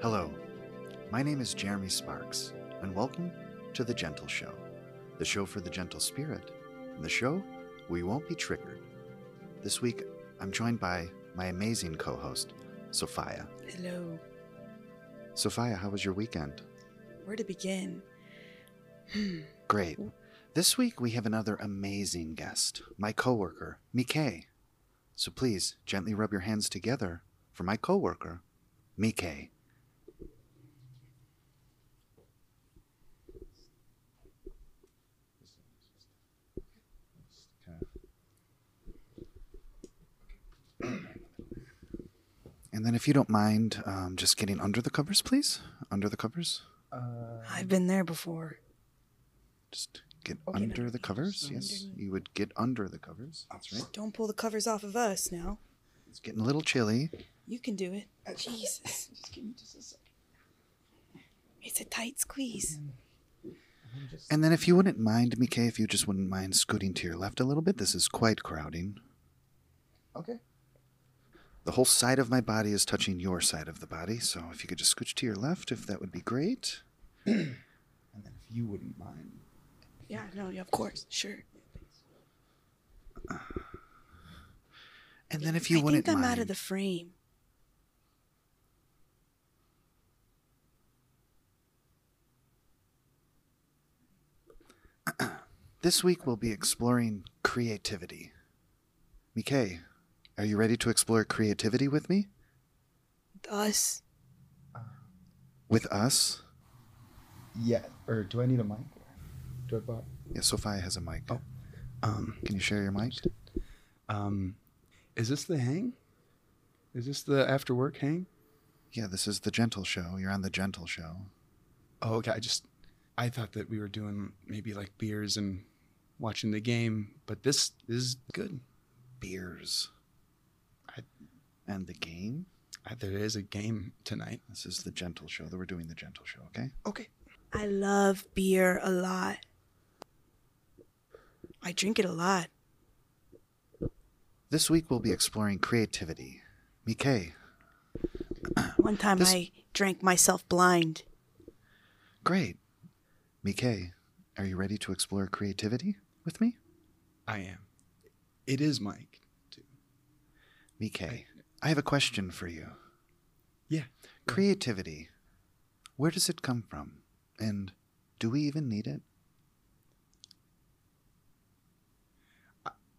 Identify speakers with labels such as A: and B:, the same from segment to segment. A: Hello, my name is Jeremy Sparks, and welcome to The Gentle Show, the show for the gentle spirit, and the show where you won't be triggered. This week, I'm joined by my amazing co host, Sophia.
B: Hello.
A: Sophia, how was your weekend?
B: Where to begin?
A: Great. This week, we have another amazing guest, my coworker, Mikay. So please gently rub your hands together for my coworker, Mikay. And then, if you don't mind, um, just getting under the covers, please. Under the covers.
B: I've been there before.
A: Just get
B: Okay,
A: under
B: no,
A: the covers. Yes, you would get under the covers. That's right.
B: Don't pull the covers off of us now.
A: It's getting a little chilly.
B: You can do it. Jesus. It's a tight squeeze.
A: And then, if you wouldn't mind, Mikay, if you just wouldn't mind scooting to your left a little bit, this is quite crowding.
C: Okay.
A: The whole side of my body is touching your side of the body, so if you could just scooch to your left, if that would be great.
C: And then if you wouldn't mind.
B: Yeah, no, yeah, of course. Sure.
A: And then, if you
B: I
A: wouldn't
B: think I'm
A: mind,
B: out of the frame.
A: this week we'll be exploring creativity. Mikay, are you ready to explore creativity with me?
B: Us.
A: With us?
C: Yeah. Or do I need a mic? Or do I buy?
A: Yeah, Sophia has a mic.
C: Oh. Um,
A: Can you share your mic?
C: um, is this the hang? Is this the after work hang?
A: Yeah, this is the Gentle Show. You're on the Gentle Show.
C: Oh, okay. I just, I thought that we were doing maybe like beers and watching the game, but this is good.
A: Beers.
C: I-
A: And the game?
C: I, there is a game tonight.
A: This is the Gentle Show. That we're doing the Gentle Show, okay?
C: Okay.
B: I love beer a lot. I drink it a lot.
A: This week we'll be exploring creativity. Mikay,
B: One time
A: This-
B: I drank myself blind.
A: great. Mikay, are you ready to explore creativity with me?
C: I am. It is Mike. Too.
A: Mikay, I have a question for you.
C: Yeah.
A: Creativity, where does it come from? And do we even need it?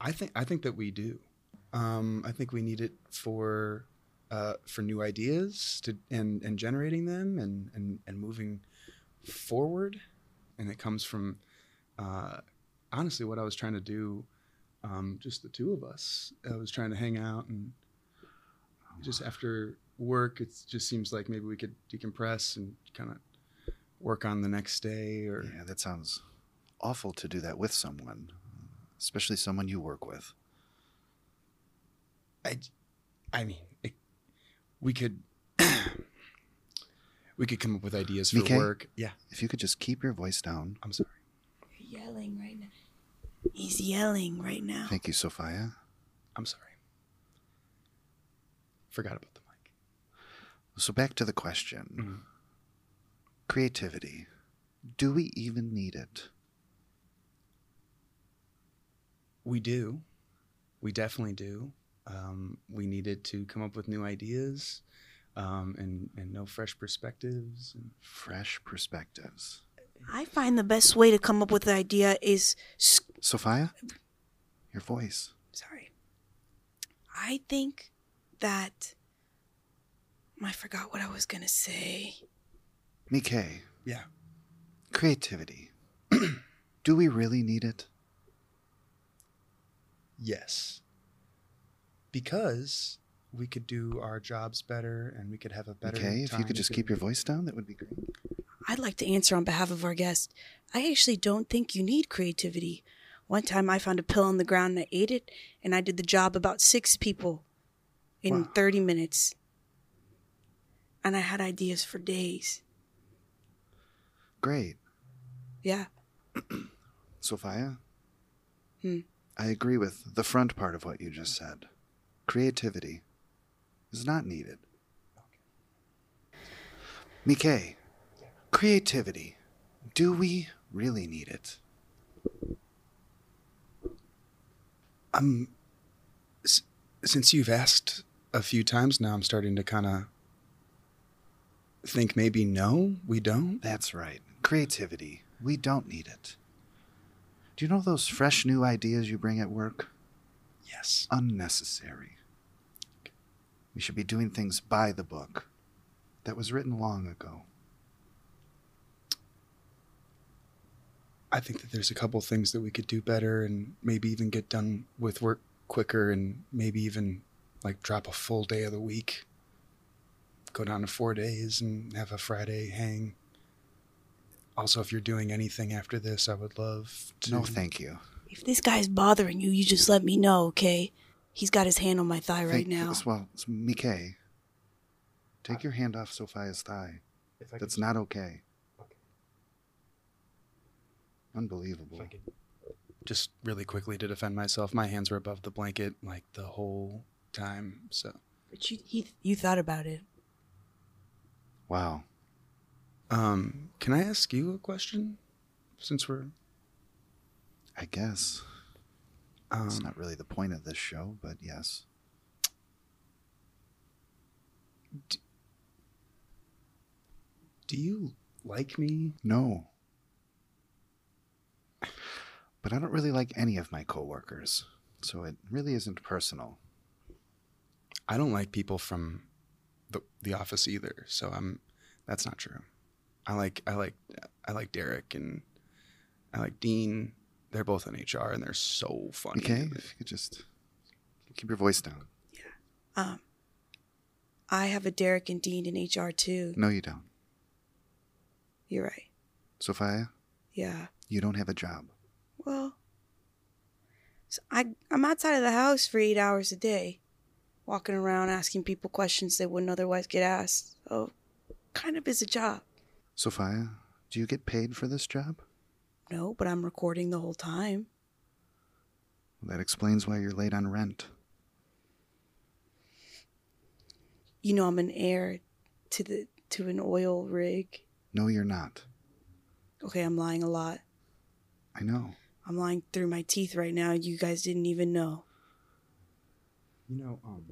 C: I think I think that we do. Um, I think we need it for uh, for new ideas to and and generating them and and and moving forward. And it comes from uh, honestly what I was trying to do. Um, just the two of us. I was trying to hang out and just after work, it just seems like maybe we could decompress and kind of work on the next day or
A: Yeah, that sounds awful to do that with someone, especially someone you work with.
C: I, I mean, it, we could, we could come up with ideas for
A: Mikay?
C: work. Yeah,
A: If you could just keep your voice down.
C: I'm sorry.
B: You're yelling right now. He's yelling right now.
A: Thank you, Sophia.
C: I'm sorry. Forgot about the mic.
A: So back to the question.
C: Mm-hmm.
A: Creativity. Do we even need it?
C: We do. We definitely do. Um, we needed to come up with new ideas, um, and and no fresh perspectives. And
A: Fresh perspectives.
B: I find the best way to come up with an idea is s-
A: Sophia, your voice.
B: sorry. I think that mm, I forgot what I was gonna say.
A: Mikay,
C: yeah,
A: creativity. Do we really need it?
C: yes. Because we could do our jobs better, and we could have a better.
A: Mikay, if you
C: time
A: could just
C: to-
A: keep your voice down, that would be great.
B: I'd like to answer on behalf of our guest. I actually don't think you need creativity. One time I found a pill on the ground and I ate it, and I did the job about six people in
C: Wow.
B: 30 minutes. And I had ideas for days.
A: Great.
B: Yeah.
A: Sophia?
B: Hmm.
A: I agree with the front part of what you just said. Creativity is not needed. Nikkei, creativity. Do we really need it?
C: I'm s- since you've asked a few times now, I'm starting to kind of think maybe no, we don't.
A: That's right. Creativity. We don't need it. Do you know those fresh new ideas you bring at work?
C: Yes.
A: Unnecessary. We should be doing things by the book that was written long ago.
C: I think that there's a couple things that we could do better and maybe even get done with work quicker and maybe even like drop a full day of the week. Go down to 4 days and have a Friday hang. Also, if you're doing anything after this, I would love to
A: No, thank you.
B: If this guy's bothering you, you just let me know, okay? He's got his hand on my thigh right
A: Thank-
B: now.
A: Well, it's Mikkei, take your hand off Sophia's thigh.
D: If I
A: That's
D: could,
A: not okay.
D: Okay.
A: Unbelievable.
D: If I could,
C: just really quickly to defend myself. My hands were above the blanket like the whole time. So,
B: But you, he, you thought about it.
A: Wow.
C: um, can I ask you a question? Since we're
A: I guess it's
C: um,
A: not really the point of this show, but yes.
C: do you like me?
A: No. But I don't really like any of my coworkers, so it really isn't personal.
C: I don't like people from the the office either. So I'm that's not true. I like I like I like Derek and I like Dean. They're both in HR and they're so funny.
A: Okay? If you could just keep your voice down.
B: Um, I have a Derek and Dean in HR too.
A: No, you don't.
B: You're right.
A: Sophia,
B: Yeah.
A: you don't have a job.
B: Well, so I, I'm outside of the house for eight hours a day, walking around asking people questions they wouldn't otherwise get asked. So, kind of is a job.
A: Sophia, do you get paid for this job?
B: No, but I'm recording the whole time.
A: That explains why you're late on rent.
B: You know, I'm an heir to the to an oil rig.
A: No, you're not.
B: Okay, I'm lying a lot.
A: I know.
B: I'm lying through my teeth right now. You guys didn't even know.
D: you know, um,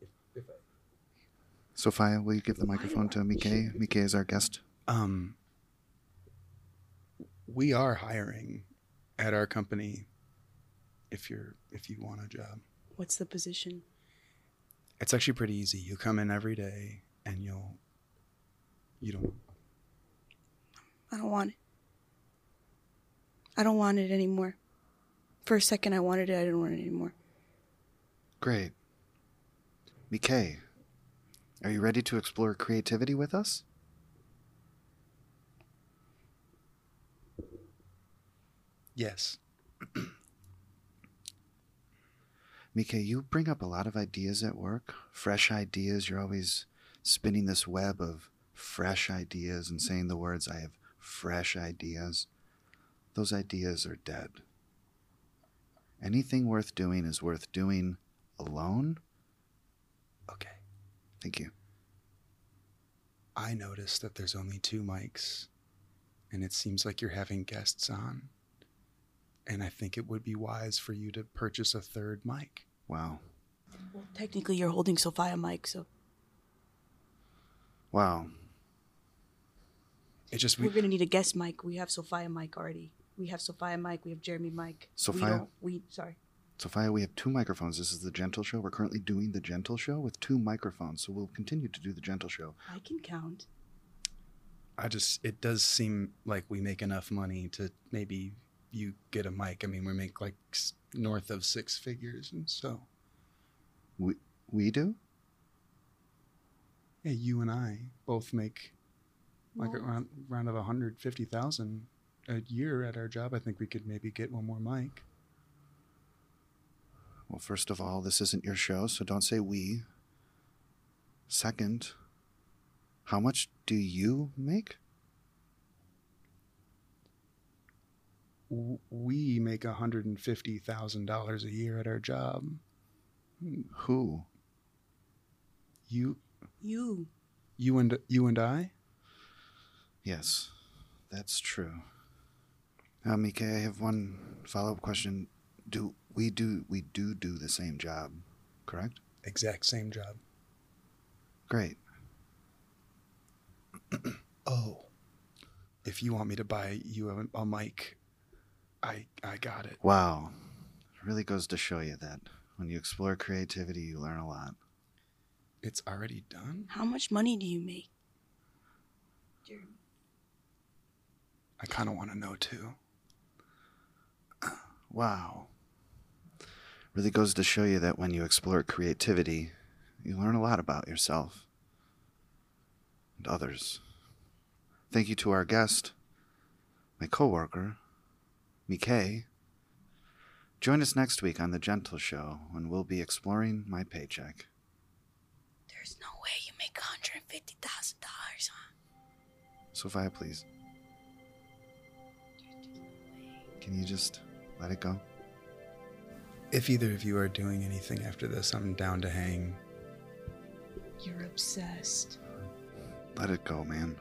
D: if, if I,
A: Sophia, will you give the microphone to Mikkei? Mikkei is our guest.
C: Um, we are hiring at our company. If you're if you want a job,
B: What's the position?
C: it's actually pretty easy. You come in every day and you'll you don't
B: I don't want it. I don't want it anymore. For a second, I wanted it. I didn't want it anymore.
A: Great. Mikkei, are you ready to explore creativity with us?
C: yes.
A: Mikkei, you bring up a lot of ideas at work, fresh ideas. You're always spinning this web of fresh ideas and saying the words, I have fresh ideas. Those ideas are dead. Anything worth doing is worth doing alone.
C: Okay.
A: Thank you.
C: I noticed that there's only two mics, and it seems like you're having guests on. And I think it would be wise for you to purchase a third mic.
A: Wow.
B: Well, technically, you're holding Sophia Mike, so
A: Wow.
C: It just
B: we're
C: we,
B: gonna need a guest mic. We have Sophia Mike already. We have Sophia Mike. We have Jeremy Mike.
A: Sophia?
B: We, don't, we sorry.
A: Sophia, we have two microphones. This is the Gentle Show. We're currently doing the Gentle Show with two microphones, so we'll continue to do the Gentle Show.
B: I can count.
C: I just it does seem like we make enough money to maybe you get a mic. I mean, we make like s- north of six figures, and so
A: We do?
C: yeah, you and I both make like
B: Well,
C: around around of a hundred fifty thousand a year at our job. I think we could maybe get one more mic.
A: Well, first of all, this isn't your show, so don't say we. Second, how much do you make?
C: w- we make $150,000 a year at our job.
A: Who?
C: You
B: you
C: you and you and I.
A: Yes, that's true. Uh, Mika, I have one follow-up question. Do we do we do do the same job, correct?
C: Exact same job.
A: Great.
C: Oh, if you want me to buy you a, a mic, I I got it.
A: Wow, it really goes to show you that when you explore creativity, you learn a lot.
C: It's already done.
B: How much money do you make? Jeremy.
C: I kind of want to know too.
A: Wow, really goes to show you that when you explore creativity, you learn a lot about yourself and others. Thank you to our guest, my coworker, Mikay. Join us next week on The Gentle Show when we'll be exploring my paycheck.
B: There's no way you make $150,000, huh?
A: Sophia, please, can you just let it go?
C: If either of you are doing anything after this, I'm down to hang.
B: You're obsessed.
A: Let it go, man.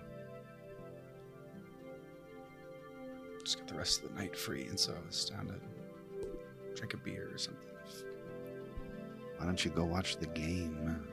C: Just got the rest of the night free, and so I was down to drink a beer or something.
A: Why don't you go watch the game?